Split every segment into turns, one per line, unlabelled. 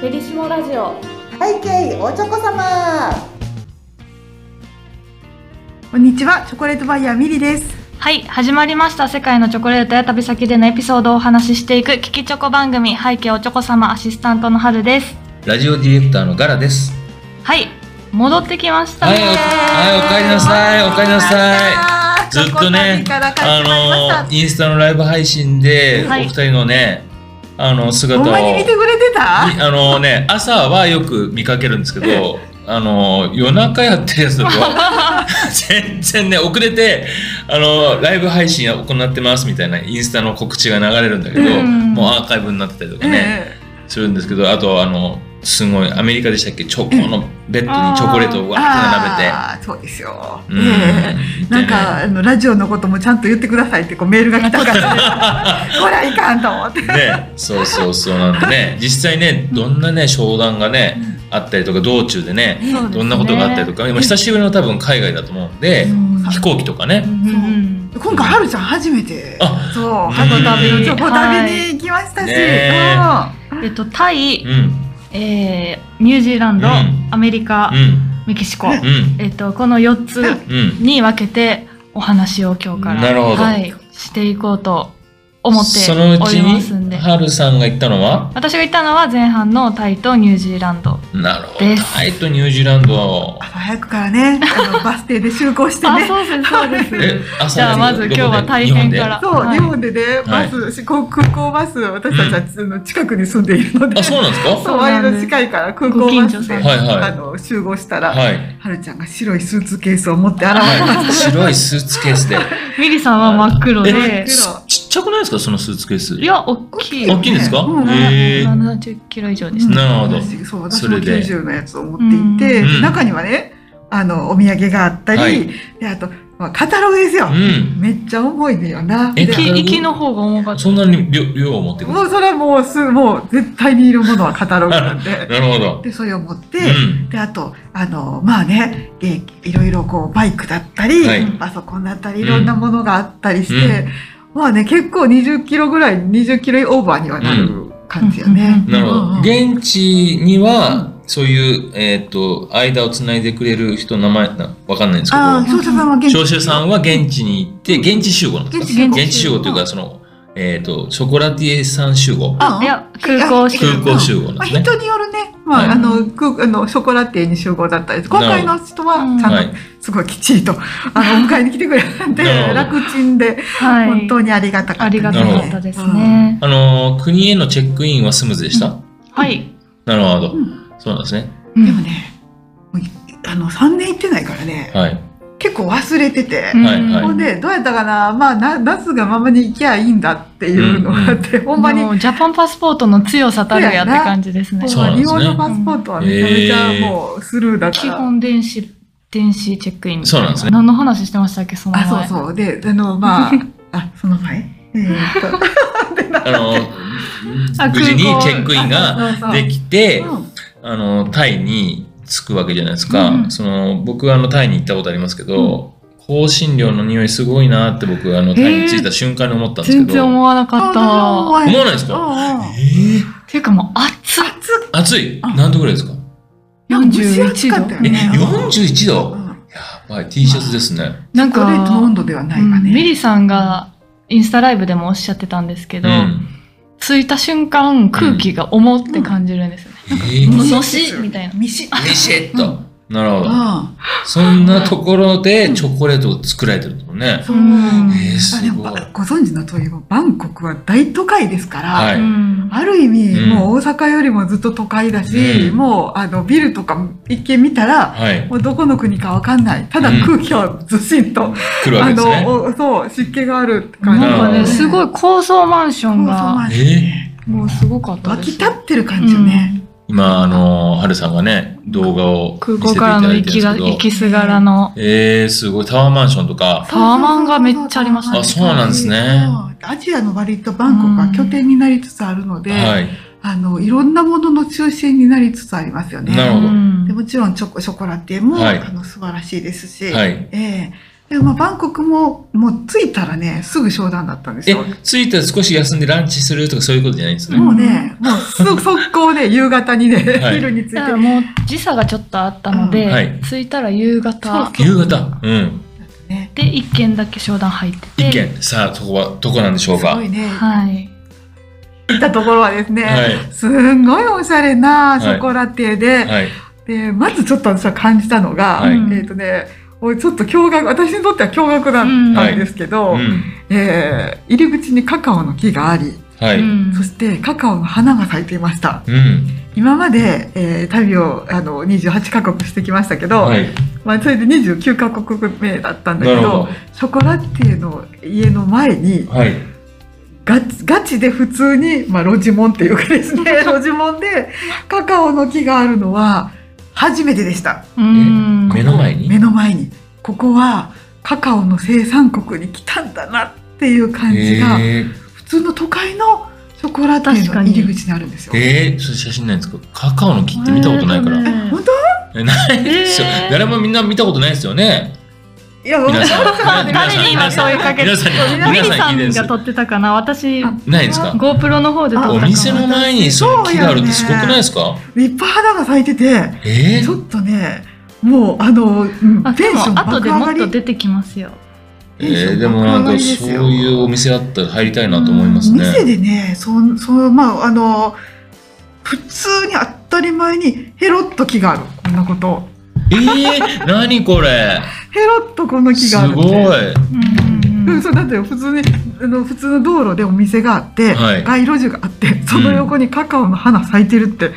ペリシモラジオ
背景おちょこ様
こんにちは、チョコレートバイヤーミリです。
はい始まりました世界のチョコレートや旅先でのエピソードをお話ししていくキキチョコ番組背景おチョコ様アシスタントの春です
ラジオディレクターのガラです。
はい戻ってきました
は
ね
い、おはい、お帰りなさい、お帰りなさい。
あー
ずっとね
チョコ、パンから帰ってまいりました
あのインスタのライブ配信で、
はい
お二人のね、あの姿
ほん
を。
まに見てくれてた
みあのね、朝はよく見かけるんですけ ど、あの夜中やってるやつだと全然ね遅れてあのライブ配信行ってますみたいなインスタの告知が流れるんだけど、
うん
もうアーカイブになってたりとか
うん
ね、するんですけどあとあのすごいアメリカでしたっけチョコのベッドにチョコレートをわーっ
あーそうですよ。
て並べて
ね えなんかあのラジオのこともちゃんと言ってくださいってこうメールが来たか ら、ね、こらいかんと思って。
うんねそうそうそうなんでね実際ねどんなね商談がねあったりとか道中でね
そうですね
どんなことがあったりとか今久しぶりの多分海外だと思うんで
うん
飛行機とか
う
ね
んうん
今回はるちゃん初めて、
あ
そう、函館のチョコ旅に行きましたし、
は
えっとタイ
う、ん
えー、ニュージーランド、
うん
アメリカ、
うん
メキシコ、
うん
えっとこの4つ
うん
に分けてお話を今日から
なるほど
はい、していこうと思って
そのう
お
ち
りますんで
にハルさんが行ったのは
私が行ったのは前半のタイとニュージーランド
なるほど
です
タイとニュージーランドは
朝早くからね、あのバス停で集合して
あ
ね。
そうですそうです
え朝
じゃあまず今日は大変から
そう、
はい
日本でね、バス、こう空港バス、私たちは、あの近くに住んでいるので、
あそうなんですか
そう、割と近いから空港バスで、
ご近所さん
はいはい
あの集合したら、は
はい
るちゃんが白いスーツケースを持って現れまし
はい、白いスーツケースで。
ミリさんは真っ黒
え
で
黒
ちっちゃくないですか、そのスーツケース。
いや大きい
大きいんですか。
うん
へえ。
7 0キロ以上でしたた、
なるほど
私そう、私
そ
も
れで
90のやつを持っていて、
うん
中にはね、あの、お土産があったり、
はい
で、あと、まあ、カタログですよ。
うん。
めっちゃ重いのよな。
え
で
き
行きの方が重かった
そんなに量量を持ってくるん
も
で
うそれはもうす、もう絶対にいるものはカタログなん
す
で。
か。なるほど。
で、それを持って、
うん。
であとあのまあねえいろいろこうバイクだったり、
はい
パソコンだったりいろんなものがあったりして、まあね結構20キロぐらい20キロオーバーにはなる感じよね。
なるほ
うんうん
ど。現地には。そういう、えっ、と、間をつないでくれる人、名前、なわかんないんですけ
ああ
ど。
少佐さんは現地
少々さんは現地に行って、現地集合なんですか。
現
地
現地集合というか、その、えっ、と、ショコラティエさん集合。
あ
いや空港集
空
合
港集合なん
まあ、
ですね。
人によるね、まあ
はい
あのくあのショコラティエに集合だったり今回の人は
うん
ち
は
ゃん
い
と。すごいきっちりと、あのお迎えに来てくれたんで
なるほど
楽ちんで
はい
本当にありがたかった
ありがたかったです。ね、
あのー国へのチェックインはスムーズでした。
はい、
なるほど、
うん
そうなんですね。
うんでもねもういあの3年行ってないからね
はい。
結構忘れてて。
うん
はいはい
ほんで、どうやったかな、まあ、な、ナスがままに行きゃいいんだっていうのがあって、 ほんまに、
もうジャパンパスポートの強さたるやって感じですね
ほん
そう
ま
なん
日
ですね
本のパスポートはめちゃめち
へ
ゃ
ー
もうスルーだか
基
ら。
本電子電子チェックインみたい
そうなんですね
何の話してましたっけその前
あ、そうそう。で、あの、 まあ、あ、その前えーっと、
あの
あ
ー無事に
空港
チェックインが
そうそう
できて
う、ん
あのータイに着くわけじゃないですか。
うん
その僕はあのタイに行ったことありますけど、香辛料の匂いすごいなって僕あのタイに着いた瞬間に思ったんですけ
全
ど、
然思わなか
あ
っ
それは思
た
わ
思わないですか？
うんうん
えー
っていうかもう暑い
暑い。
あ
何度ぐらいですか？
なんか蒸し暑かったよ
え、
ね
四十一
う
度。
ん
やばい。T シャツですね。
なん
チョコレートの温
か、
度ではな
う
いか
ん、ミ
ね。
リさんがインスタライブでもおっしゃってたんですけ
う
ど、
ん。
着いた瞬間空気が重って感じるんですよね。
え
うん
ー、
のしみたいな
ミシッ
ビシッと。なるほど。
うん
そんなところでチョコレートを作られてるんですもんね。
そう。
うん
えー、
あ
す
でも
ごい。
ばご存知の通り、バンコクは大都会ですから、
はい
うん
ある意味、
うん
もう大阪よりもずっと都会だし、
うん
もうあのビルとか一見見たら、
はい。
もうどこの国かわかんない。ただ
うん
空気はずしんと、
来るわ
あ
けです
の、
ね。
おそう、湿気があるって感じ。
なんか
なるほ
ね、
ど
すごい高層マンショ
そうそ
ン
うま
が
あ
え
もうすごかった
湧
で
き
す
立。ってる感じよね。
今、あの、はるさんがね、動画を
空
見せて
港
い
から
た
の
だい
行
てる
きが
んです
行
けど。
きすがらの。
えー、すごい。タワーマンションとか。
タワマンがめっちゃありましたね
あそうなんですね。
そうアジアの割とバンコクは拠点になりつつあるので、
はい。
あの、いろんなものの中心になりつつありますよね。
なるほど
うん
でもちろんチョコショコラティエも、
はい
あの素晴らしいですし、
はい。
ええでもまあバンコクももう着いたらねすぐ商談だったんです
え
よ。
着いたら少し休んでランチするとかそういうことじゃないんですね、
もうね、もうすぐ速攻 で夕方にね、
はい
昼に着いて、
だからもう時差がちょっとあったので、
うんはい
着いたら夕方
夕方うん
ね、
で一軒だけ商談入ってて
一軒さあそこはどこなんでしょう
す
か
ごいね、
はい
行ったところはですね、
はい
すんごいおしゃれなシ
はい
ョコラティエで、
はい
でまずちょっと私は感じたのが、
はい
えっ、とねおいちょっと驚愕私にとっては驚愕だったんですけど、
うん
えー入り口にカカオの木があり
はい、うん
ん
そしてカカオの花が咲いていました今まで、えー旅をあの28カ国してきましたけど、
はい
まあ、それで29カ国目だったんだ
な
け
る
ど
ほ
ショコラティエの家の前に
どはい
ガチガチで普通に、まあ、ロジモンっていうかですね ロジモンでカカオの木があるのは初めてでした。
うん
目の前に
目の前にここはカカオの生産国に来たんだなっていう感じが、
えー
普通の都会のショコラティエの入り口にあるんですよ。
えー、それ写真ないんですかカカオの木って見たことないから、
えー
え本当
え ないですよ、
えー
誰もみんな見たことないですよね
いや、
皆さん
そう ね
誰に今問いかけて
皆さん
そう
に
ミ
皆
リさ
さんに聞いてるん
ん
です
が撮ってたかな私
あ
ないですか
GoPro の方で撮ったか
お
な
店の前にその木があるってすごくないですか
立派花が咲いてて、
え
ち
ー、
ょっとね、もうあの、うん
あ
テ
で
ン
も
ション
後
爆
で
上
も
が
っと
り。
出てきますよ
えー、でもなんかそういうお店あったら入りたいなと思いますね
店でね、そんそうまああの普通に当たり前にヘロッと木があるこんなこと、
えー、何これ
ヘロッとこの木
す
があるって
ごい
うん
うん、そうだって普通にあの普通の道路でお店があって、
はい
街路樹があってその横にカカオの花咲いてるって、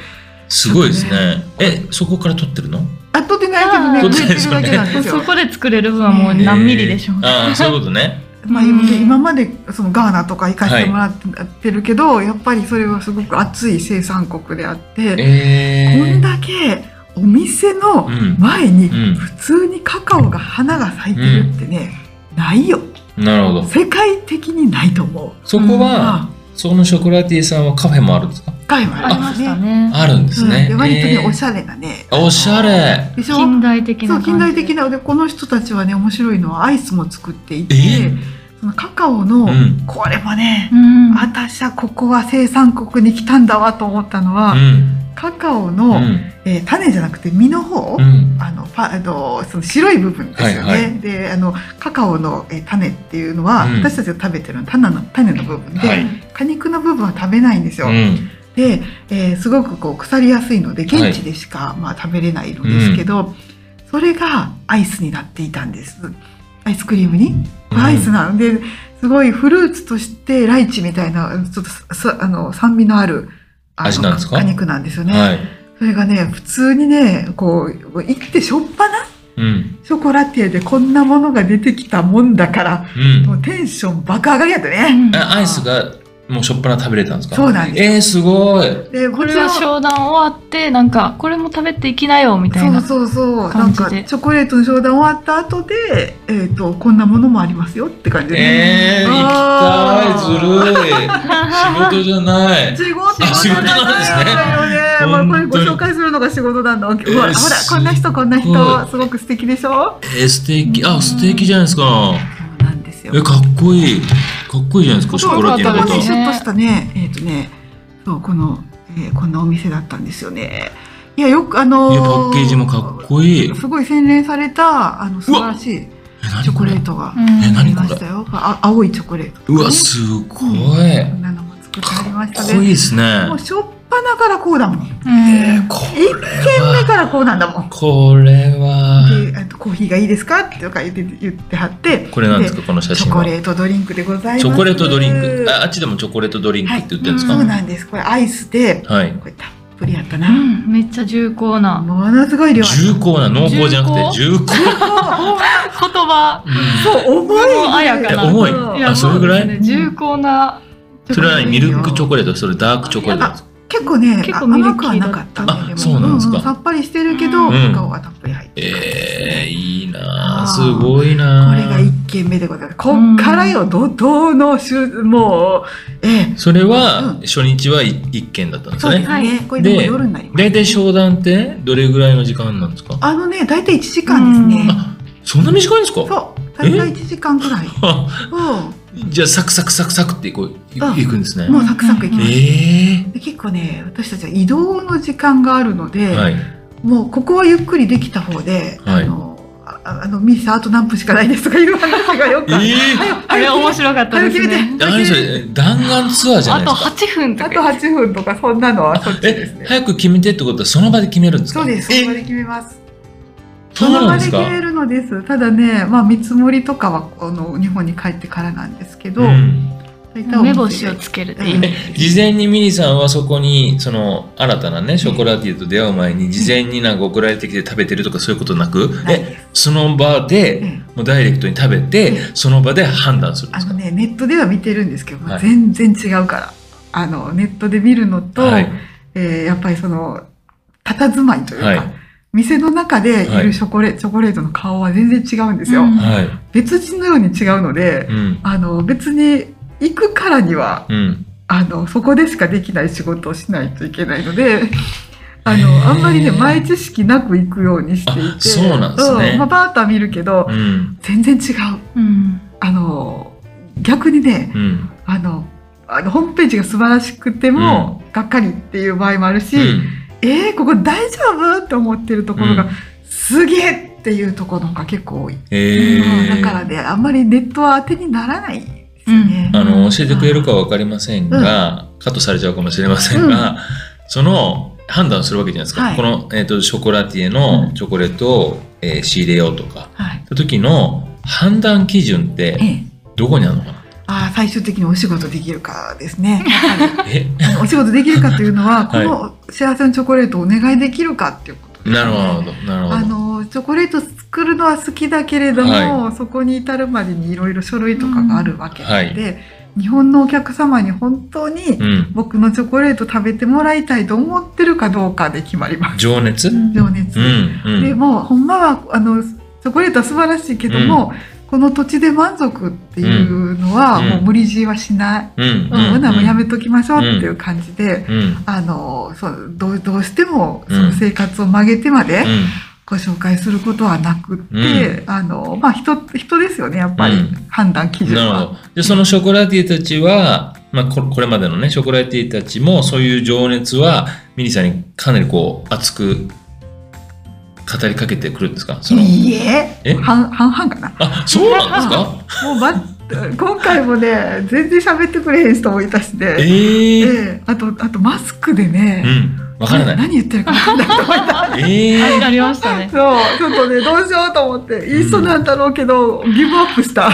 すごいですねえそこから撮ってるの
あとでないけどね
撮
植
っ
えてる
てる
だけなんです
そ
よ。
こで作れる分はもう何ミリでしょう、
えーああそういうことね
まあ、
うん
今までそのガーナとか行かせてもらってるけど、やっぱりそれはすごく熱い生産国であって、
えー、
こんだけお店の
うん
前に
うん
普通にカカオが花が咲いてるってね、ないよ
なるほど
世界的にないと思う。
そこは、そこのショコラティエさんはカフェもあるんですか
ガイも
あり
あり
ま
ます
し
ね
た。ね
あるんですね、
うんで割とね、おし
ゃ
ゃれなね。
おしゃれ
でしょ
近代的な
そう
感じ
近代的なでこの人たちはね面白いのはアイスも作っていて、
え
そのカカオの、
うん
これもね、
うん
私はここは生産国に来たんだわと思ったのは、
うん
カカオ
う
の、
ん
えー種じゃなくて実の方、
うん
あのパあのその白い部分ですよね。
はいは
であのカカオの、えー種っていうのは、
うん
私たちが食べてる種の種の部分で、
はい
果肉の部分は食べないんですよ。
うん
で、えーすごくこう腐りやすいので現地でしか、まあ、食べれないのですけど、それがアイスになっていたんですアイスクリームに、
うん
アイスなんですごいフルーツとしてライチみたいなちょっとささあの酸味のあるあの
味なんですか
果肉なんですよね、
はい
それがね普通にねこう行ってしょっぱな
うん
ショコラティエでこんなものが出てきたもんだから
うん
もうテンション爆上がりやったね、
うん
あアイスがもうしょっぱな食べれたんですか
そうなんです
えー、すごい
でこ
こ
れ
れ
は
は商談終わってなんかこれも食べていきなよみたいな
そうそうそうな
感
ん
じで
かチョコレートの商談終わった後でえっ、とこんなものもありますよって感じで、
えー、
あ
行きたいずるい仕事じゃな い
仕事
あ仕事なん
だよね、まあ、これご紹介するのが仕事なんだわけ、
えー
ほらほらこんな人こんな
すごい
人すごく素敵でしょ
えー、素敵あ素敵じゃないですか
そうなんですよ
えかっこいいかっこいいじゃないですかショコラティエの
かっ
こと
こいい
シュッとしたねえっ、とねそうこの、えーこんなお店だったんですよねいやよくあの
いやパッケージもかっこいい
すごい洗練されたあの素晴らしい
え何
チョ
こ
コレ
れ
ートが
うん
え
あ
何
り
こ
ま
れ
したよ。あ青いチョコレート、
うわすごい
こんなのも作ってありまし
か
た
っこいい
ね。
ですね
もうしょっぱなからこうだもん。一
うん
こ
軒目からこうなんだもん。
これは
で、あとコーヒーがいいですかとか言って言ってはって。
これなんですかこの写
チ
真
ョコ
は
レートドリンクでございます。
チョコレートドリンクああっちでもチョコレートドリンクって言ってるんですか
そ
は
う
い、
なんです。これアイスで、これたっぷりあったな。
うんめっちゃ重厚な
ものすごい量ある。
重厚な濃厚じゃなくて重厚
言葉
そう、重い。
あやかな
え重い
そう
あそれぐらい
もうですね重厚な
それは何ミルクチョ
レー
コレートそれダークチョコレートですか
ト。結構ね、
結構
あ
ミル
甘
キ
く
ー
は
だ
な
った
かったね。
あそうなんですか
ううさっぱりしてるけど、
うん
カカオがたっぷり入ってる。
えー、いいなあ
あー
すごいな
こ
あ
れが一軒目でございます。こっからよ、怒涛の週、もう、ええ、
それ
う
は
ん
初日は一件だったんです
そうです
ね
は
ね
い。
これでも
で
夜になります。
大体商談ってどれぐらいの時間なんですか
あのね、大体1時間です
うん
ね。
あそんな短いんですか
そう。たった1時間くらいを
じゃあサクサクサクサクってこうい
あ
いくんですね
もうサクサクいき
え
ます。
え
で結構ね私たちは移動の時間があるので、
はい
もうここはゆっくりできた方で、
はい
あのああのミスあと何分しかないですとかいう話がよくある。
ええ
早く
あれ面白かったで
早く
す
決め
ね。
て
何それ弾丸ツアーじゃ
あ
ない
と
です
8
か
分と
あ
か
と。8分とかそんなのはそっちです
え
ね。
早く決めてってことはその場で決めるんですか
そうです。その場
え
で決めます。
そう
の
な
場
んで
です決
か
めるのです。ただね、まあ見積もりとかはあの日本に帰ってからなんですけど、
うん
そういったお
目
店で。
星をつけるっていううん
え事前にミニさんはそこにその新たなねショコラティエと出会う前に事前になんか送られてきて食べてるとかそういうことなく
ない
え
です
その場
う
で
ん
もうダイレクトに食べて
う
その場で判断するんで
あ
す
の
か
ねネットでは見てるんですけど、もう
はい
全然違うからあのネットで見るのと、
はい
えーやっぱりその佇まいというか、
はい
店の中でい
はい
るチョコレ、チョコレートの顔は全然違うんですよ、
うん
はい
別人のように違うので、
うん
あの別に行くからには
うん
あのそこでしかできない仕事をしないといけないの で。あ
へー
のあんまりね前知識なく行くようにしてい
あ
て
そうなんですね
うんまあ、バーッとは見るけど
うん
全然違う
うん。
あの逆にね
うん
あのあのホームページが素晴らしくても、がっかりっていう場合もあるし、えー、ここ大丈夫って思ってるところが、
うん
すげえっていうところの方が結構多い、
え
うんだからねあんまりネットは当てにならないですよね。
あの教えてくれるかは分かりませんが、カットされちゃうかもしれませんが、その判断するわけじゃないですか、
はい
この、えー、とショコラティエ
う
の
ん
チョコレートを、えー仕入れようとか
はい
って時の判断基準って
ええ
どこにあるのか な
あー最終的にお仕事できるかです ね。やは
え
りあのお仕事できるかというのは、
はい
この幸せのチョコレートをお願いできるかっていうことですね
なるほどなるほど
あのチョコレート作るのは好きだけれども、
は
そこに至るまでにいろいろ書類とかがあるわけなの
うん
で、日本のお客様に本当に
うん、
僕のチョコレート食べてもらいたいと思ってるかどうかで決まります。
情熱、うん
情熱、
うん
でもうほんまはあのチョコレートは素晴らしいけども、この土地で満足っていうのは、
うん
もう無理強いはしない、
うんうん
うんほなもうやめときましょうっていう感じで、
うんうん
あのそうどうどうしても
うん
その生活を曲げてまで、ご紹介することはなくって、あのまあ人人ですよねやっぱり、
うん
判断基準
なる
は。
ほど でそのショコラティエたちは、まあ、ここれまでのねショコラティエたちもそういう情熱はミニさんにかなりこう熱く語りかけてくるんですかその
いいえ
え
半半々かな。
あそうなんで
もうば 今回もね全然喋ってくれへん人もいたし
すか
ね。
ええ
ええあとあとマスクでね、
うんわからない
何言ってるか分かんない人もい た
ええ
ありました ね。
そうちょっとねどうしようと思っていい人なんだろうけど、ギブアップした。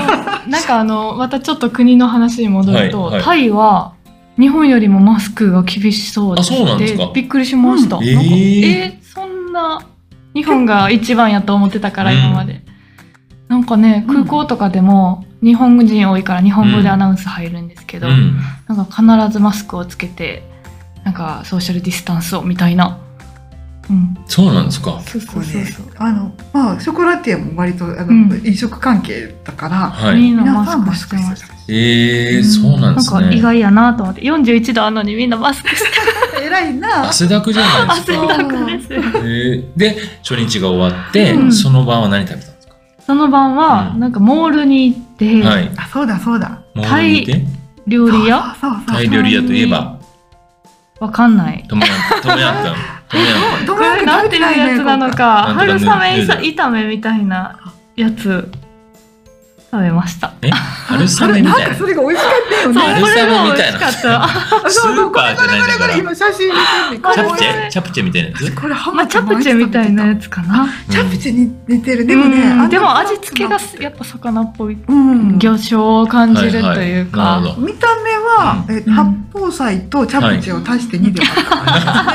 なんかあの、またちょっと国の話に戻ると、
はいはい
タイは日本よりもマスクが厳しそう
あそうなんですか
びっくりしました。
うん
なんか
えー
えーそんな日本が一番やと思ってたから
うん
今まで。なんかね、空港とかでも日本人多いから日本語でアナウンス入るんですけ
う
ど、
ん
なんか必ずマスクをつけて、なんかソーシャルディスタンスをみたいな。うん。
そうなんですか
そうそ
こ
う
う
そう
ね
そう。
あのまあショコラティエも割とあの、
うん
飲食関係だから
は
み
い
んな
皆さん
マ
マ
ス
ス
ク
ク
してま
し
してた。
たし
ええそうなんです
なんか意
ね
外やなと思って41度あるのにみんなマスクして
偉いな。
汗だくじゃないです
汗
か、
だくです
えーで初日が終わって、
うん
その晩は何食べたんですか、
その晩は
うん
なんかモールに行って
はい
あそうだそうだ。
モールにいて
料理屋
そうそうそう
タイ料理屋といえば
わかんない
トムヤントムヤンタントムヤンタン
ど
こ
うやっ
れ
て
なん
食
て
べて
いう
ない
や
ね
つなのか
なん
春
と
雨
かね
炒めみたいなやつ食べました
え春
こ
雨
れ
み
なん
た
か
いな
そ。れが美味しかったよ
そう
ね。
これも美味しかっ
春雨みたいな
た
スーパーじゃないんだから。チ
今写真見てみこ
ャ
れ
プチェチャプチェみたいなやつ
これハ
まあ
マ
チャプチェみたいなや
つ。
つかな
チャプチェに似てる。でも
うん
ね、
でも味付けがやっぱ魚っぽい
うん。
魚醤を感じるという
はいはいなる
か
ほ
見た目は
う
え
ん
八宝菜とチャプチェを足して2で割った
ど。
感
なる
じ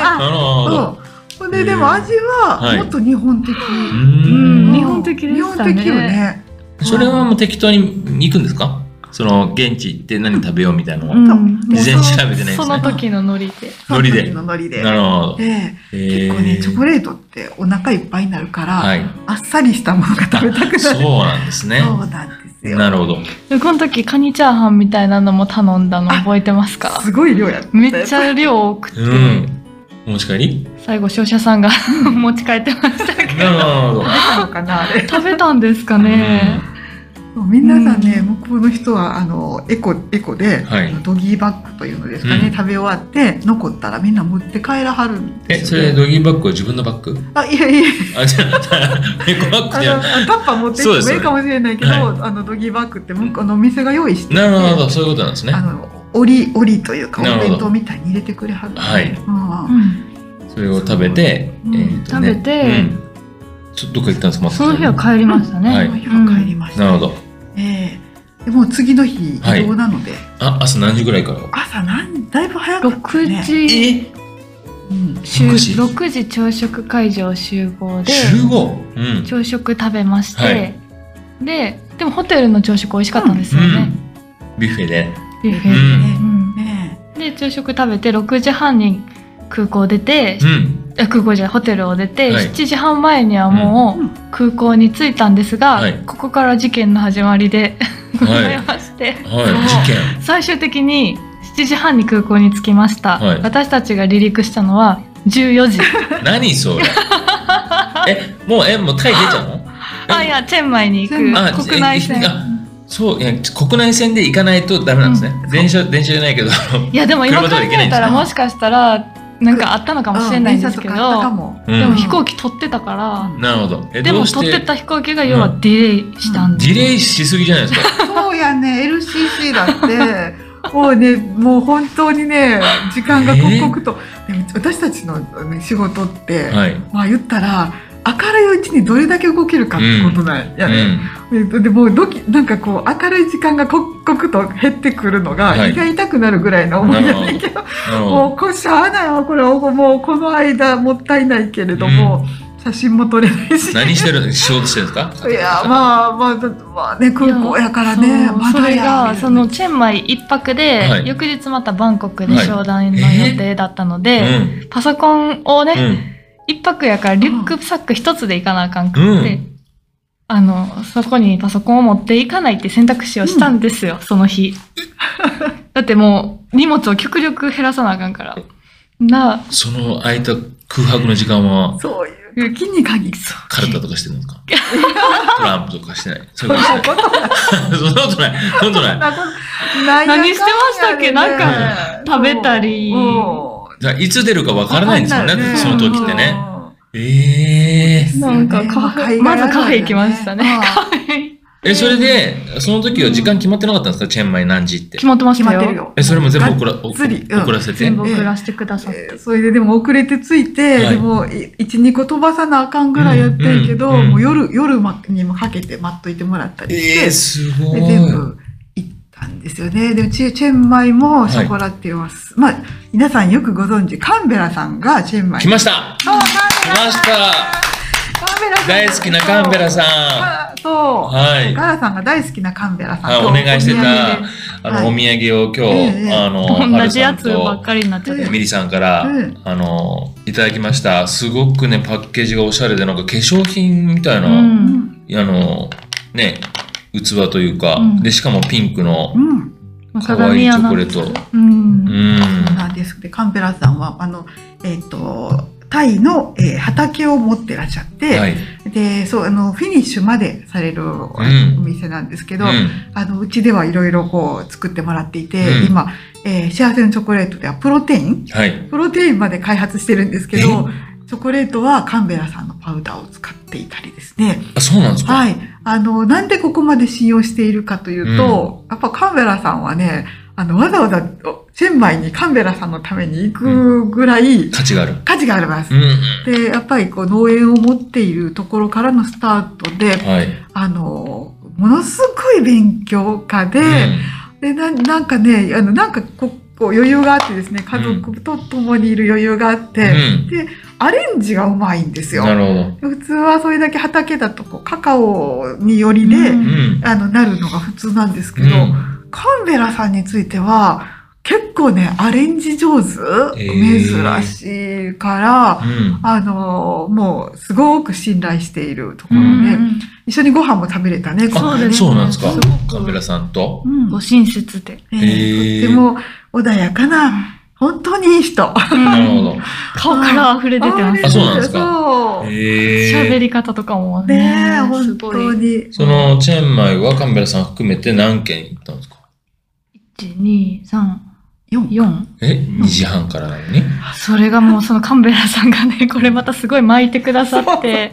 ですね。うん。
ほど。
ほんででも味
は
はいもっと日本的。
う
うん
ん。
日本的でしたね
日本的よね。
それはもう適当に行くんですかその現地行って何食べようみたいなのを。
うん
事前に調べてないんですね。
その時のノリで
海苔で
その時の海苔で。
なるほど。
で
結
結構ねチョコ
レー
レートってお腹いっぱいになるから、
はい。
あっさりしたものが食べたくなる。
そ
そ
う
う
なんですね。
なんですよ。
なるほど。
でこの時カニチャーハンみたいなのも頼んだの覚えてますか
すごい量やった。
めっちゃ量多くて、
うん。お持ち帰り
最後商社さんが 持ち帰ってましたけど
なるほど。
なのかなあれ。
食べたんですかね、
う
もう皆さんね、向こうの人はあのエコエコで、
はい
あのドギーバッグというのですかね、
うん
食べ終わって残ったらみんな持って帰らはるんで
え
す
そ
よ
れドギーバッグは自分のバッグ
あいやいや
あじゃあエコバッ
あ
グじゃ
の
な
タッパー持って
そうで
行っ
す
て
よ
もいいかも
ね
しれないけど、
は
あのドギーバッグって向こうのお店が用意してて
なるほどなるほどそういうことなんですね
あの折り折りというかお
なるほど
弁当みたいに入れてくれはるんで
はい
うん
うん
それを食べて、
うん
えーとね
食べて
うんちょどっか行ったんですか
その日は帰りましたね、
は
その
い
日は帰りました、
なるほど
ええでもう次の日移動なので、
あ朝何時ぐらいから
朝なんだいぶ早かった
6
ね、
時
うん、
集
6時
6時朝食会場集合で
集合うん
朝食食べまして、
はい
ででもホテルの朝食美味しかったんですよね、
ビュッフェで
ビュッフェ
う
で、
ん
うん
ね
で朝食食べて6時半に空港出て、
うん
あ空港じゃないホテルを出て、
はい
7時半前にはも
うん
う空港に着いたんですが、
はい
ここから事件の始まりで ございまして、
はい事件
最終的に7時半に空港に着きました、
はい
私たちが離陸したのは14時
何 それえもうえもうタイ出ちゃうの
あいやチェンマイに行
チェンマ
あ
く国内線
えあそういや国内線で行かないとダメなんですね、電車電車じゃない けどあの
いやでも今考
車とか行けない
え
んで
た
す
ら
か
もしかしたらなんかあったのかもしれないんですけど、
電車とかあったかも
うん
で
う
も
ん
飛行機取ってたから、
なるほどえ
で
ど
も
うし
取って
て
た飛行機が要はディレイしたんで
ディレイしすぎじゃないですか
そうやね LCC だって もうねもう本当にね時間が刻々と、でも私たちのね仕事って、
はい、
まあ言ったら明るいうちにどれだけ動けるかってことなんやね、 ででもうドキなんかこう明るい時間が刻々と減ってくるのが、
はい
胃が痛くなるぐらいの思いじゃないけど
なるほど
もうこれしゃあないわこれはもうこの間もったいないけれども、写真も撮れないし
何してるんです仕事してるんですか
いやまあまあ、まあね空港やから
い
ね
やそう
ま
そ
だ
れ
や
がそのチェンマイ一泊で、
はい
翌日またバンコクで
はい
商談の予定だったので、
うん
パソコンをね、
うん
一泊やからリュックサック一つで行かなあかんく
う
って、
ん
あのそこにパソコンを持っていかないって選択肢をしたんですよ、その 日だってもう荷物を極力減らさなあかんからな
その空いた空白の時間は
そういう時に限りそう
カルタとかしてるんです かトランプとかしてないそういうことしてないそんなことないそんなことない
ななんやかんやでね
何してましたっけなんか食べたり
うん
だからいつ出るかわからないんですよね
わかん
その時ってね
うん
ええ
なんかカフェ
ね
まずカフェ行きましたね
ああ
えそれでその時は時間決まってなかったんですかチェンマイ何時って
決まってまし
決
た
ま
よ
ってるよ。
えそれも全部遅ら
っつりうん
遅らせて
全部送らせてくださって、
えーそれででも遅れて着いて、
はい
でも12個飛ばさなあかんぐらいやってんけど、
うんうん
もう夜夜まにもかけて待っといてもらったりして、
えー、すごい
で全部行ったんですよね。でチェチェンマイも
い
ショコラティオス、まあ皆さんよくご存知カンベラさんがチェンマイ
来ました
そう
来ました
カンベラさん
大好きなカンベラさ
あそう、
はい
ガラさんが大好きなカンベラさん
はい
と
お願いしてた
お土産で
ん
は
あの、
い
お土産を今日、
ええ
あの
同じやつ
ハル
ば
さん
っ
と
かりになっちゃって、
ミリさんから、
うん
あのいただきましたすごくねパッケージがおしゃれでなんか化粧品みたいな、
う
うんん
あのね器というか、
うん
でしかもピンクの
うん
可愛いチョコレート
うん
う
そうんなんですでカンペラさんはあの、えっとタイの、えー畑を持ってらっしゃって、
はい
でそうあのフィニッシュまでされるお
ん
店なんですけ
う
ど、
ん
あのうちではいろいろこう作ってもらっていて、
うん
今、えー幸せのチョコレートではプロテイン
はい
プロテインまで開発してるんですけどチョコレートはカンベラさんのパウダーを使っていたりですね。
あそうなんですか、
はい。あの、なんでここまで信用しているかというと、やっぱカンベラさんはね、あの、わざわざおチェンマイにカンベラさんのために行くぐらい
価値がある
価値があります。
うん
で、やっぱりこう農園を持っているところからのスタートで、
はい、
あの、ものすごい勉強家で、でな、なんかね、あの、なんかこうこう余裕があってですね、家族と共にいる余裕があって、
うん
アレンジがうまいんです
うん、
よ。
なるほど
普通はそれだけ畑だとこうカカオによりで、
うん
うん
あのなるのが普通なんですけ
う
ど、
ん
カンベラさんについては結構ねアレンジ上手、
ー
珍しいから
うん
あのもうすごく信頼していると
う
ころで、
ん
一緒にご飯も食べれたね
あ
このね
そうなんですか
すごく
カメラさんと
うん
ご親切で
え
へ
ー
ー
とっても穏やかな本当にいい人。
なるほど。
顔から溢れ出てます
あ。そうなんですか
そう
え
喋、
え。
り方とかもね
ねえ、
す
本
ご
当
い。
に。
そのチェンマイはカンベラさん含めて何件行ったんですか
1、2、3、
4
4。
え ?2 時半からなのに
それがもうそのカンベラさんがね、これまたすごい巻いてくださって、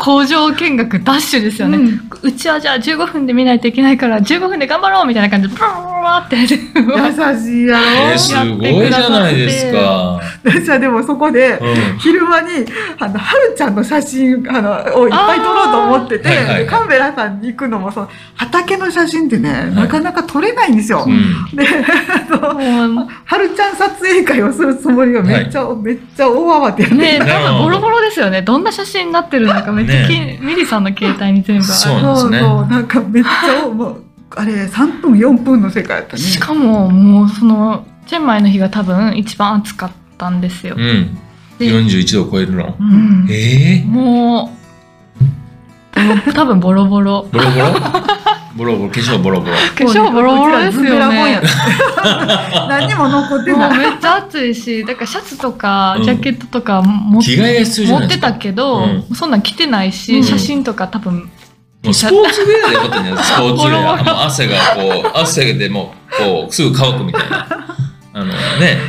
工場見学ダッシュですよね。うちはじゃあ15分で見ないといけないから、15分で頑張ろうみたいな感じで、ブワーって。
優しいや
えー、
ろ
すごいじゃないですか。
私はでもそこで
うん。
昼間にあのはるちゃんの写真あのをいっぱい撮ろうと思ってて、
あーはいはいはい
カンベラさんに行くのもその畑の写真ってね、
い
なかなか撮れないんですよ。
うん。
であの
も
はるちゃん撮影会をするつもりをめっちゃ、めっちゃ大慌てやっ
う
てて
ね、多
なるほど
分ボロボロですよね。どんな写真になってるのか、めっちゃき、ミリさんの携帯に全部
そう
あ
なんですね
そうそうなんかめっちゃもうあれ3分4分の世界だった
る。
ね
しかも、もうその、チェンマイの日が多分一番暑かったんですよ。
うん。
で
41度を超えるの
う。、
うんん
えー、
もう、もう多分ボロボロ。
ボロボ ロボロボロ、化粧ボロボロ。
化粧ボロボロです
うちらズベ
よ
ラもんや
ね
っ。た何も残って
もう
ない
めっちゃ暑いし、だからシャツとか
うん
ジャケットとかも
着替えが必要じゃ
持っ
ない
て
ですか。
たけど、
う
そんなん着てないし、
うん
写真とか多分、
もうスポーツウェアでよかったんじ ゃないスポーツ
ボ
ウェ
ロボ
ア。
ロ
もう汗がこう、汗でもう、こう、すぐ乾くみたいな。あのね。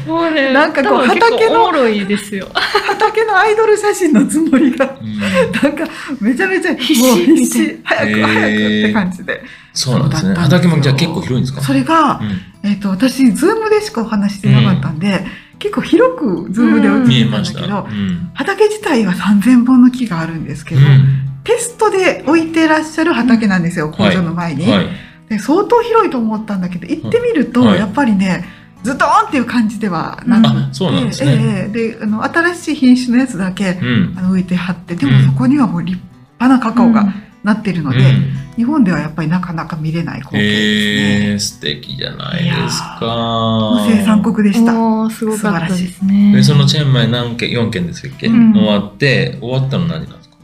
もうね
なんかこう
多分結構
畑の
おもろいですよ。
畑のアイドル写真のつもりが
うん、
なんかめちゃめちゃ
必死
もう必
み
死早く
へー
早くって感じで、
そうなんですね。
そうだったんです
畑
よ
もじゃあ結構広いんですか
それが、えっと私ズームでしかお話ししてなかったんで、結構広くズームで
うん、見
映
え
ってた
ま
ん
し
だけ
た。う
ど、
ん。
畑自体は3000本の木があるんですけ
う
ど、
ん。
テストで置いてらっしゃる畑なんですよ、工場の前に、
はい。
で相当広いと思ったんだけど行ってみると、
はい
やっぱりねズドーンっていう感じではなくて、
あ、そうなんですね。
ええであの新しい品種のやつだけ
うん。
あの植えてはってで
うん
もそこにはもう立派なカカオがなってるので、
うん
日本ではやっぱりなかなか見れない光景ですね。
えー、素敵じゃないですか。
生産国でした。
もうすごかったです
で
ね。
そのチェンマイ何件4件ですっけ、
うん
終わって終わったの何なんですか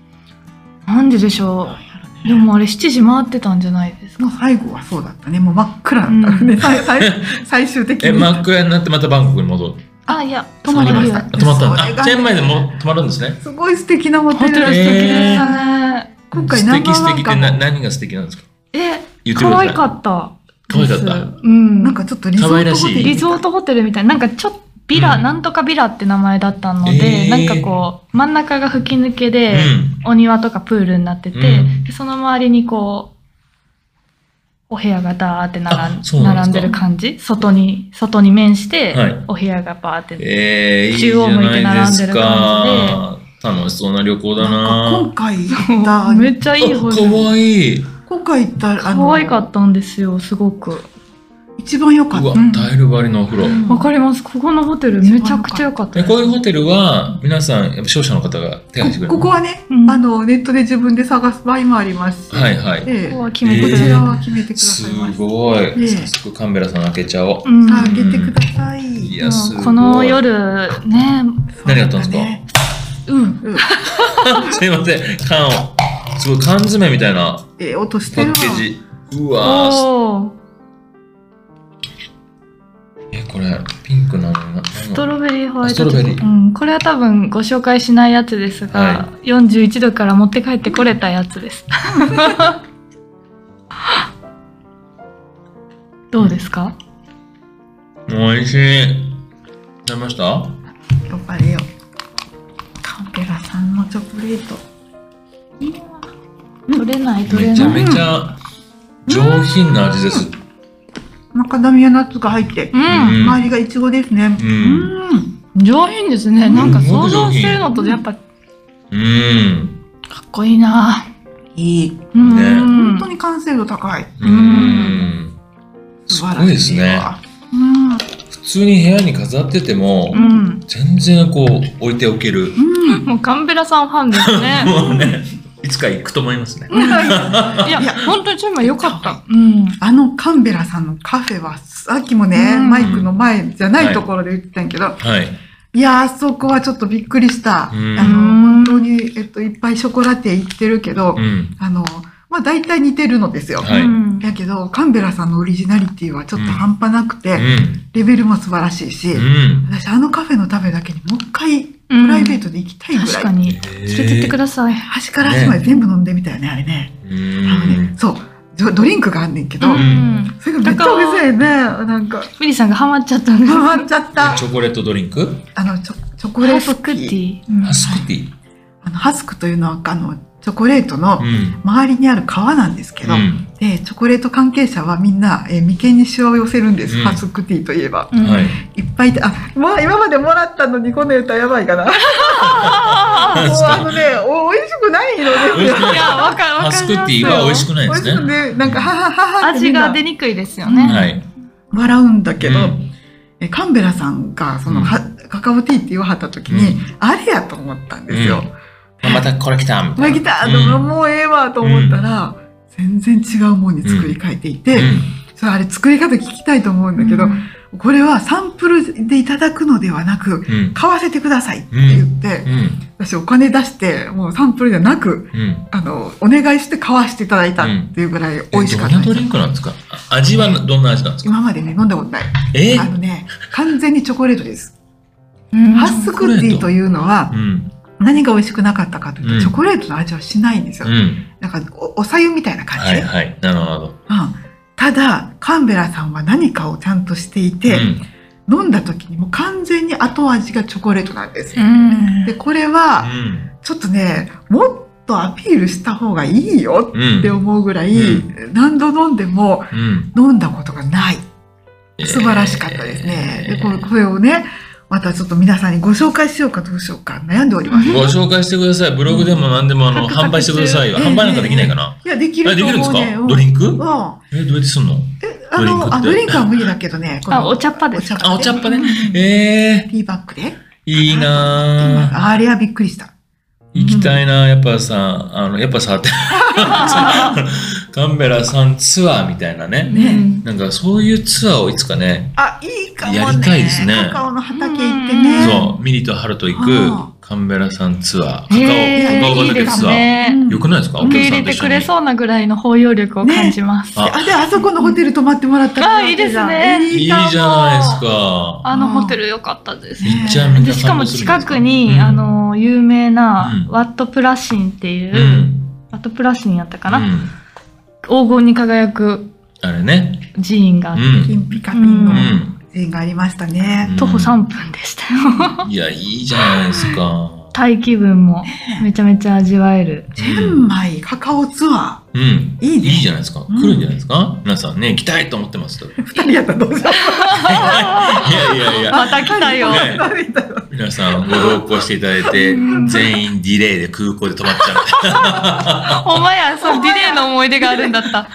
なんででしょう。でもあれ7時回ってたんじゃないです
も
か
う。最後はそうだったね。もう真っ暗だった ね。
うん
最最最終的に。
え真っ暗になってまたバンコクに戻る
あ、いや、
泊まりました
その日は
あ泊まったんだ
それがね
あチェンマイでも泊まるんですね
すごい素敵なホテ
ホ
ル
テ
で
ル素
す
敵でし
ね。
たね。
今回
素
ナンバー
敵素
ワ
敵
ン
っ
か
て
も。
な何が素敵なんですか
え、
言ってくだ
可
さい
愛かった
可愛かった
ですうん。
なんかちょっとリゾートホテルみたいな。
リゾートホテルみたいな、なんかちょっとビラ、
うん
なんとかビラって名前だったの
え
で、
ー
なんかこう、真ん中が吹き抜けで、お庭とかプールになってて、
うん
でその周りにこう、お部屋がダーって並
あ
ん
そうなんです
並
か
んでる感じ外に、外に面して、
はい
お部屋がバーって。
うん、えー、いいじ
中央
ゃ
向いて
ないで
並んでする感
か楽しそうな旅行だ
なんか
な
今回行った、
めっちゃいい
あ
ホ
か
テル。
わいい
今回行った、
可愛かったんですよ、すごく。
一番良
う
かった
わ。タイル張りのお風呂、
うん
わかります。ここのホテルめちゃくちゃ良かった
え
です。
こういうホテルは皆さんやっぱ商社の方が手配してくれる
こここはね、
うん
あのネットで自分で探す場合もありますし、
はいはい
ええ
ここは決
こ
めてくれ
ち
る
らは決めてくだ
す
さいました。
ごい、
ええ
早速カンベラさん開けちゃお
う
う
ん
さあ、開けてください。
い
で
や
も
すごい
この夜、ね、
何やったんですか
うん。
うん、
すいません缶をすごい缶詰みたいな
ええ、音し
パ
てる
ッ
わ。
ケージうわー
おー
えこれピンクなのにな
ストロベリーホワイト
ストロベリー
うん、これは多分ご紹介しないやつですが、
は
41度から持って帰ってこれたやつ です。どうですか？
おいしい食べました
呼ばれよ。カンペラさんのチョコレート。
取れない取れ
めちゃ
な
め
い。
ちゃ上品な味です
マカダミアナッツが入って、
うん、
周りがイチゴですね。
うん
うん。
上品ですね。なんか想像してるのとやっぱか
うん
っこいいな。
いい。
うん、
ね
本当に完成度高い。
うん、うん、
素
す
晴らし
ごいですね
わうん。うん。
普通に部屋に飾ってても、
うん、
全然こう置いておける、
もうカンベラさんファンですね。
もうねいつか行くと思いますね
いや、本当にチームは良かった。うん。
あのカンベラさんのカフェは、さっきもね、
うん
マイクの前じゃないところで言ってたんやけど、
はい
いやー、あそこはちょっとびっくりした。
うん
あの、本当に、えっと、いっぱいショコラティエ行ってるけど、
うん
あの、ままあ大体似てるのですよ。
はい
うん
だけど、カンベラさんのオリジナリティはちょっと半端なくて、
うん
レベルも素晴らしいし、
うん
私あのカフェのためだけにもう一回プ
うん
ライベートで行きたいぐら
確
い。
かに連れてってください。
端から端まで全部飲んでみたよね、あれね。
う
あのね
ん
そうド、ドリンクがあんねんけど、
うんうん
それがめっちゃ美味しいね。なんか、
ミリさんがハマっちゃったんです。
ハマっちゃった。
チョコレートドリンク
あの、チョチョコレ
ハ
ート
スク
ク
テ
ッ
ィ
キー。
ー。うん
ハスクティ
あの、ハスクというのは、あの、チョコレートの
ーうん
周りにある皮なんですけど、
うん
で、チョコレート関係者はみんな、えー眉間にシワを寄せるんです。
うん
ハスクティーといえば。
うん
はい
いっぱいいて、あ、まあ、今までもらったのにこの歌やばいかな。もうあのね、お美味しくないのです
美味しく
よ。
ない
いや、わかるわか
ハ
ります
ス
よ
クティーは美味しくない
美
で
味
す
しく
ね
ね、なんか、ははははってみ
味
んな
が出にくいですよね。
はい
笑うんだけど、
うん
えカンベラさんがその、
うん
はカカオティーって言わはった時に、あれやと思ったんですよ。
あまたこれ来たみ
ま
た
あ、
いな
ギター
うん
の、もうええわと思ったら、全然違うもんに作り変えていて、それあれ作り方聞きたいと思うんだけど、これはサンプルでいただくのではなく、
うん
買わせてくださいって言って、
うんうん
私お金出して、もうサンプルじゃなく、
うん
あの、お願いして買わせていただいたっていうぐらい美味しかっ
え
た
ど
んです
んなド
よ
リンクなんですかあ味はどんな味なんですか
今までね、飲んだことない。
え
あのね、完全にチョコレートです。
うん
ハスクティーというのは
う、ん
何が美味しくなかったかというと、
うん
チョコレートの味はしないんですよ。
うん
なんかお、おさゆみたいな感じ
は
で。
いはいなるほど
うんただ、カンベラさんは何かをちゃんとしていて、
うん
飲んだ時にもう完全に後味がチョコレートなんです
う。ん
で、これは、ちょっとね、もっとアピールした方がいいよ
うんうん
って思うぐらい、
う
何度飲んでも
うん
飲んだことがない。
えー
素晴らしかったですね。で、これこれをね、またちょっと皆さんにご紹介しようかどうしようか悩んでおります。
ご紹介してください。ブログでも何でもあ
カ
の
クカク
販売してくださいよ。
して
販売なんかできないかない
や、でき
え
る
で
と
きるんで
思
す
う
か
ね。うん
ドリンク
うん。あ
え、どうやってすんの
の、あ、
ド
ド
リ
リ
ン
ン
クって
クは無理だけどね。この
あ、お茶っ葉ですか
お茶
あ、お茶っ葉ね。
うん
ええ
ティーバッグで。
いいなぁ。
あれはびっくりした。
行きたいなぁ。やっぱさ、あの、やっぱさ、って。 カンベラさんツアーみたいなね。
ね
うん
なんかそういうツアーをいつかね、
あ、いいかもね。
やりたいですね
カカオの畑行ってね。
そう、ミリとハルと行
あ
くカンベラさんツアー、カカオ、
へ
カカ
ー
オ
いい
畑
で
ツ
す
アー。
ね。
うん
よくないですか
受け入れてくれ
う。
そうなぐらいの包容力を感じます。
ね
あ、で、あそこのホテル泊まってもらった
あいいですね
いいじゃないですか。
あのホテル良かったです。
ね
行っちゃうみんな
でしかも
感動するんで
近
すか
くに、
うん
あの有名な
うん
ワットプラシンっていう、
うん。
ワットプラシンやったかな、
うん
黄金に輝く
あれね。
寺院があっ
う
て、
ピ
ん。
ンピカピンの
う
う
シーンがありましたね。
ん。
徒歩3分でした よ。
いや、いいじゃないですか。
タイ気分もめちゃめちゃ味わえ る。
チェンマイカカオツア
うん。
ー。いい
いいじ
ね。
ゃないですか。
うん
来るんじゃないですか皆さんね、行きたいと思ってます。い
二人やったらどうしよ
やいやい や。
また来たよ。
ね
う。二人だよ
皆さんご同行していただいて、全員ディレイで空港で止まっちゃ
お前や、そう、ディレイの思い出があるんだった。
う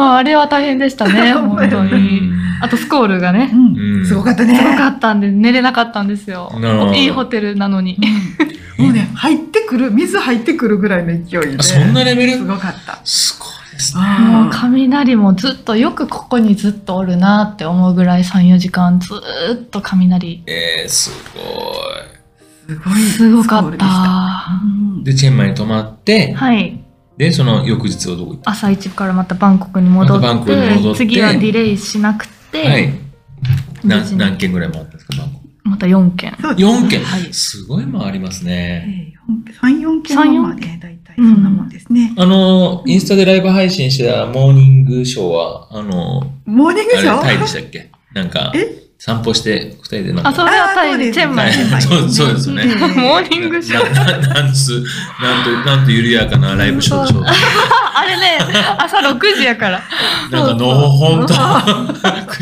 ああれは大変でした ね、本当
んで。
に。あとスコールがね、
う
うんん。すごかったね。
すごかったんで寝れなかったんですよ
なるほど。
いいホテルなのに。
もうね、入ってくる、水入ってくるぐらいの勢いで。
あそんなレベル
すごかった。
すごいですね。
も
あ
う雷もずっとよくここにずっとおるなって思うぐらい34時間ずーっと雷
えー、す
す
ご
ごい。
すごか
スコー
っ
ルで
た
した。
い。で、チェンマイに泊まって、
はい
で、その翌日はどこ行っ
朝一からまたバンコクに戻って
またバンコクに戻って
次はディレイしなく
た
て、
はい。な
無事に
何軒ぐらい回ったんですか、バンコク。
また4件
そうです
4軒、
はい
すごい回りますね。
ええ三四件はまあね、大体そんなもんですね。
あの、インスタでライブ配信したモーニングショーは、あの、
モーニング
あ
シ
れ、
ョ
タイで
ー
したっけなんか
え、
散歩して、二人でなんか。
あそれはタイ
あ
で
ー
チェンマ
は
イ
い
チェンマイ
そうそうですよね。
うん
モーニングショー
なななんす、なんと、なんと緩やかなライブショーでしょうか。
ああれね朝6時やから
なんかのほほんと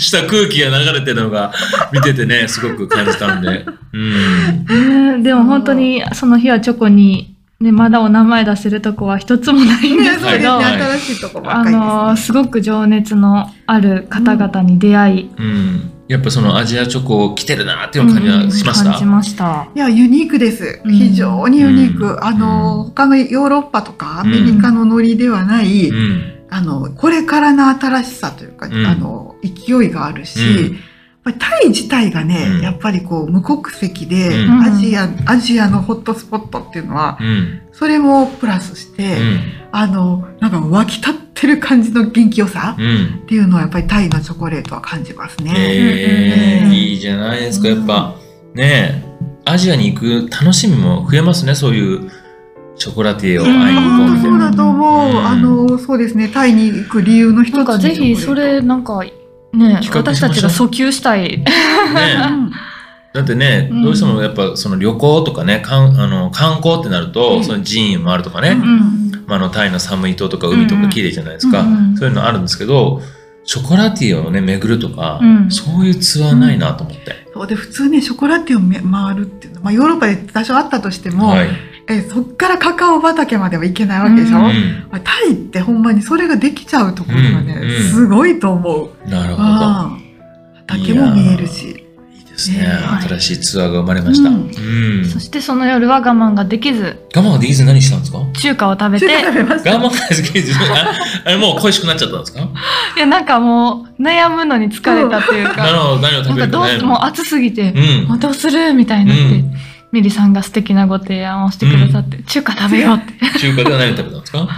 した空気が流れてるのが見ててね、すごく感じたんで。うん。
うんでも本当にその日はチョコに、ね、まだお名前出せるとこは一つもないんで
ね、
す
そう
け
ですね。
ど、
はい
新しいとこばっ
あ
かりですね。
のすごく情熱のある方々に出会い、
うん。やっぱそのアジアチョコ来てるなっていう感じはしました。
感じました。
いや、ユニークです。
うん
非常にユニーク。
うん
あ
うん
の、他のヨーロッパとかアメリカのノリではない、
うん。
あの、これからの新しさというか、
ん
あの、勢いがあるし、ぱりタイ自体がね、
うん
やっぱりこう無国籍で、
うん
アジアアジアのホットスポットっていうのは
うん
それもプラスして、
うん
あのなんか湧き立ってる感じの元気よさ
うん
っていうのはやっぱりタイのチョコレートは感じますね。
え
う
ー
ん
いいじゃないですかやっぱねえアジアに行く楽しみも増えますねそういうショコラティエを
うん
愛に
本当
込
そう
めて。
だと思う、
うん
あのそうですねタイに行く理由の一つ
なんかぜひそれなんかね
企画しましょう
私たちが訴求したい。
ねだってね、
うん
どうしてもやっぱその旅行とかねかんあの観光ってなると、
うん
その寺院もあるとかね、
うん
まあ、あのタイの寒い島とか海とか綺麗じゃないですか、
うんうん
そういうのあるんですけどショコラティエをね巡るとか、
うん
そういうツアーないなと思って、
そうで普通ねショコラティエをめ回るっていうのは、まあ、ヨーロッパで多少あったとしても、
はい、
えそっからカカオ畑までは行けないわけでしょ、
うん
う
まあタイってほんまにそれができちゃうところがね、
うんうん
すごいと思う。
ん、なるほ
ああ畑も見えるし。
どいいですね、
ねはい
新しいツアーが生まれました、う
うんん
そしてその夜は我慢ができず
我慢ができず何したんですか
中華を食べ
中華
て
食べました。
我慢ができずああれもう恋しくなっちゃったんですか
いやなんかもう悩むのに疲れたという
なる
か
ほど何を
な
食
ん
べ
か
る
ど
か
う
ね
すもう暑すぎて
う、ん
もうどうするみたいになって、
うん
ミリさんが素敵なご提案をしてくださって、中華食べようって。
中華では何を食べたんですか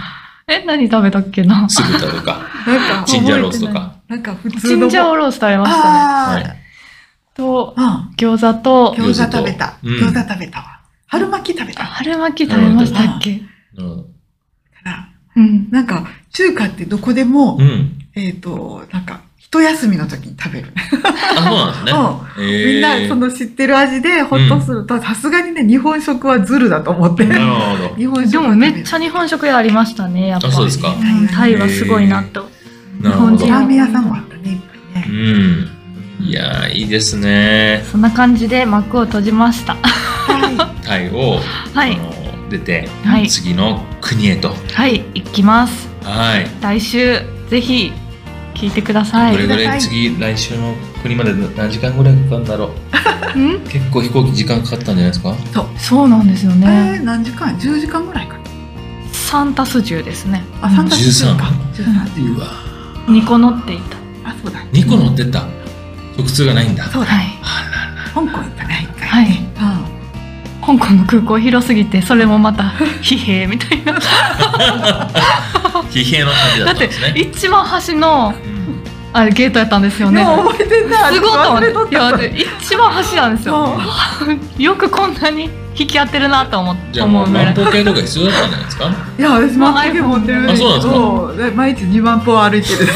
え何食べたっけな
酢豚とか
なんか、
チンジャオロースとか
なんか普
チ
通の。
ンジャオロース食べましたね。
あ
は
あ、
と、
うん
餃子と、
餃子
餃子食べた。
うん
餃子食べたわ。春巻き食べたか
春巻き食べましたっけ
うん
ら。
うん。
なんか、中華ってどこでも、
うん
えっ、と、なんか、一休みの時に食べる。
あそうなんですね
うん
えー
みんな、その知ってる味でほっとすると、さすがにね、日本食はズルだと思って。
なるほ
日本食
で
は
も
食べ
め
る
っちゃ日本食屋ありましたね、やっぱ
ど。あ、
り。
そうですか。
うんタイはすごいなと。
な
日
るほ
本
ど
人。
ラーメン屋さんもあったね、いっぱいうね。
ん。いやー、いいですね。
そんな感じで幕を閉じました。
は
タイを、
は
あ
い。
の出て、
はい
次の国へと。
はい、行きます。
はい。
来週、ぜひ、聞いてください
ど。れぐら
はいい
次、来週の国まで何時間ぐらいかかるんだろう。
うん
結構飛行機時間かかったんじゃないですか。
そうなんですよ
い。
ね。
えー、何時間 ?10 時間ぐらいかな。
3たす10ですね。
あ、3たす10か。
13
13時
うわ。
2個乗っていた。
あ、そうだ。
二個乗ってった。直通がないんだ。
そうだ。
はい。
あ
香港行ったね、一回。
はい
うん。
香港の空港広すぎて、それもま た、疲弊みたいな。
らら。疲弊の感じだ
だった
っん
て
ですね。
一番端の
うん
あれゲートやったんですよね。
もう覚えてんな。
すごいと思
忘れと
っ
って
いや
た。
で一番端なんですよ。
そ
よくこんなに引き合ってるなと思っ
じゃあも
思
う
うぐら
万
い。
歩計とか必要だったんじゃないですか。
ういや、私、マップ持ってるんだけ
あそ
ど、で毎日2万歩歩いてる。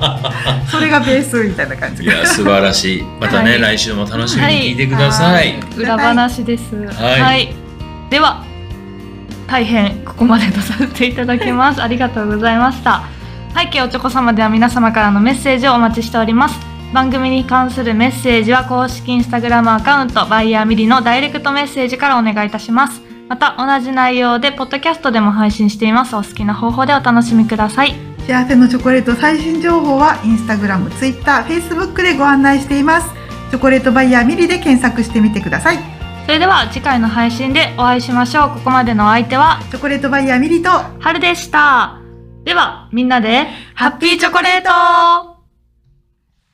それがベースみたいな感じ
い。や、素晴らしい。またね、
はい
来週も楽しみに聞いてください。
裏話です。
は
はいい、では大変ここまでとさせていただきます。ありがとうございました。背景おちょこ様では皆様からのメッセージをお待ちしております。番組に関するメッセージは公式インスタグラムアカウントバイヤーミリのダイレクトメッセージからお願いいたします。また同じ内容でポッドキャストでも配信しています。お好きな方法でお楽しみください。
幸せのチョコレート最新情報はインスタグラム、ツイッター、フェイスブックでご案内しています。チョコレートバイヤーミリで検索してみてください。チ
それでは次回の配信でお会いしましょう。ここまでのお相手は
ョコレートバイヤーミリと
春でした。では、みんなで、ハッピーチョコレート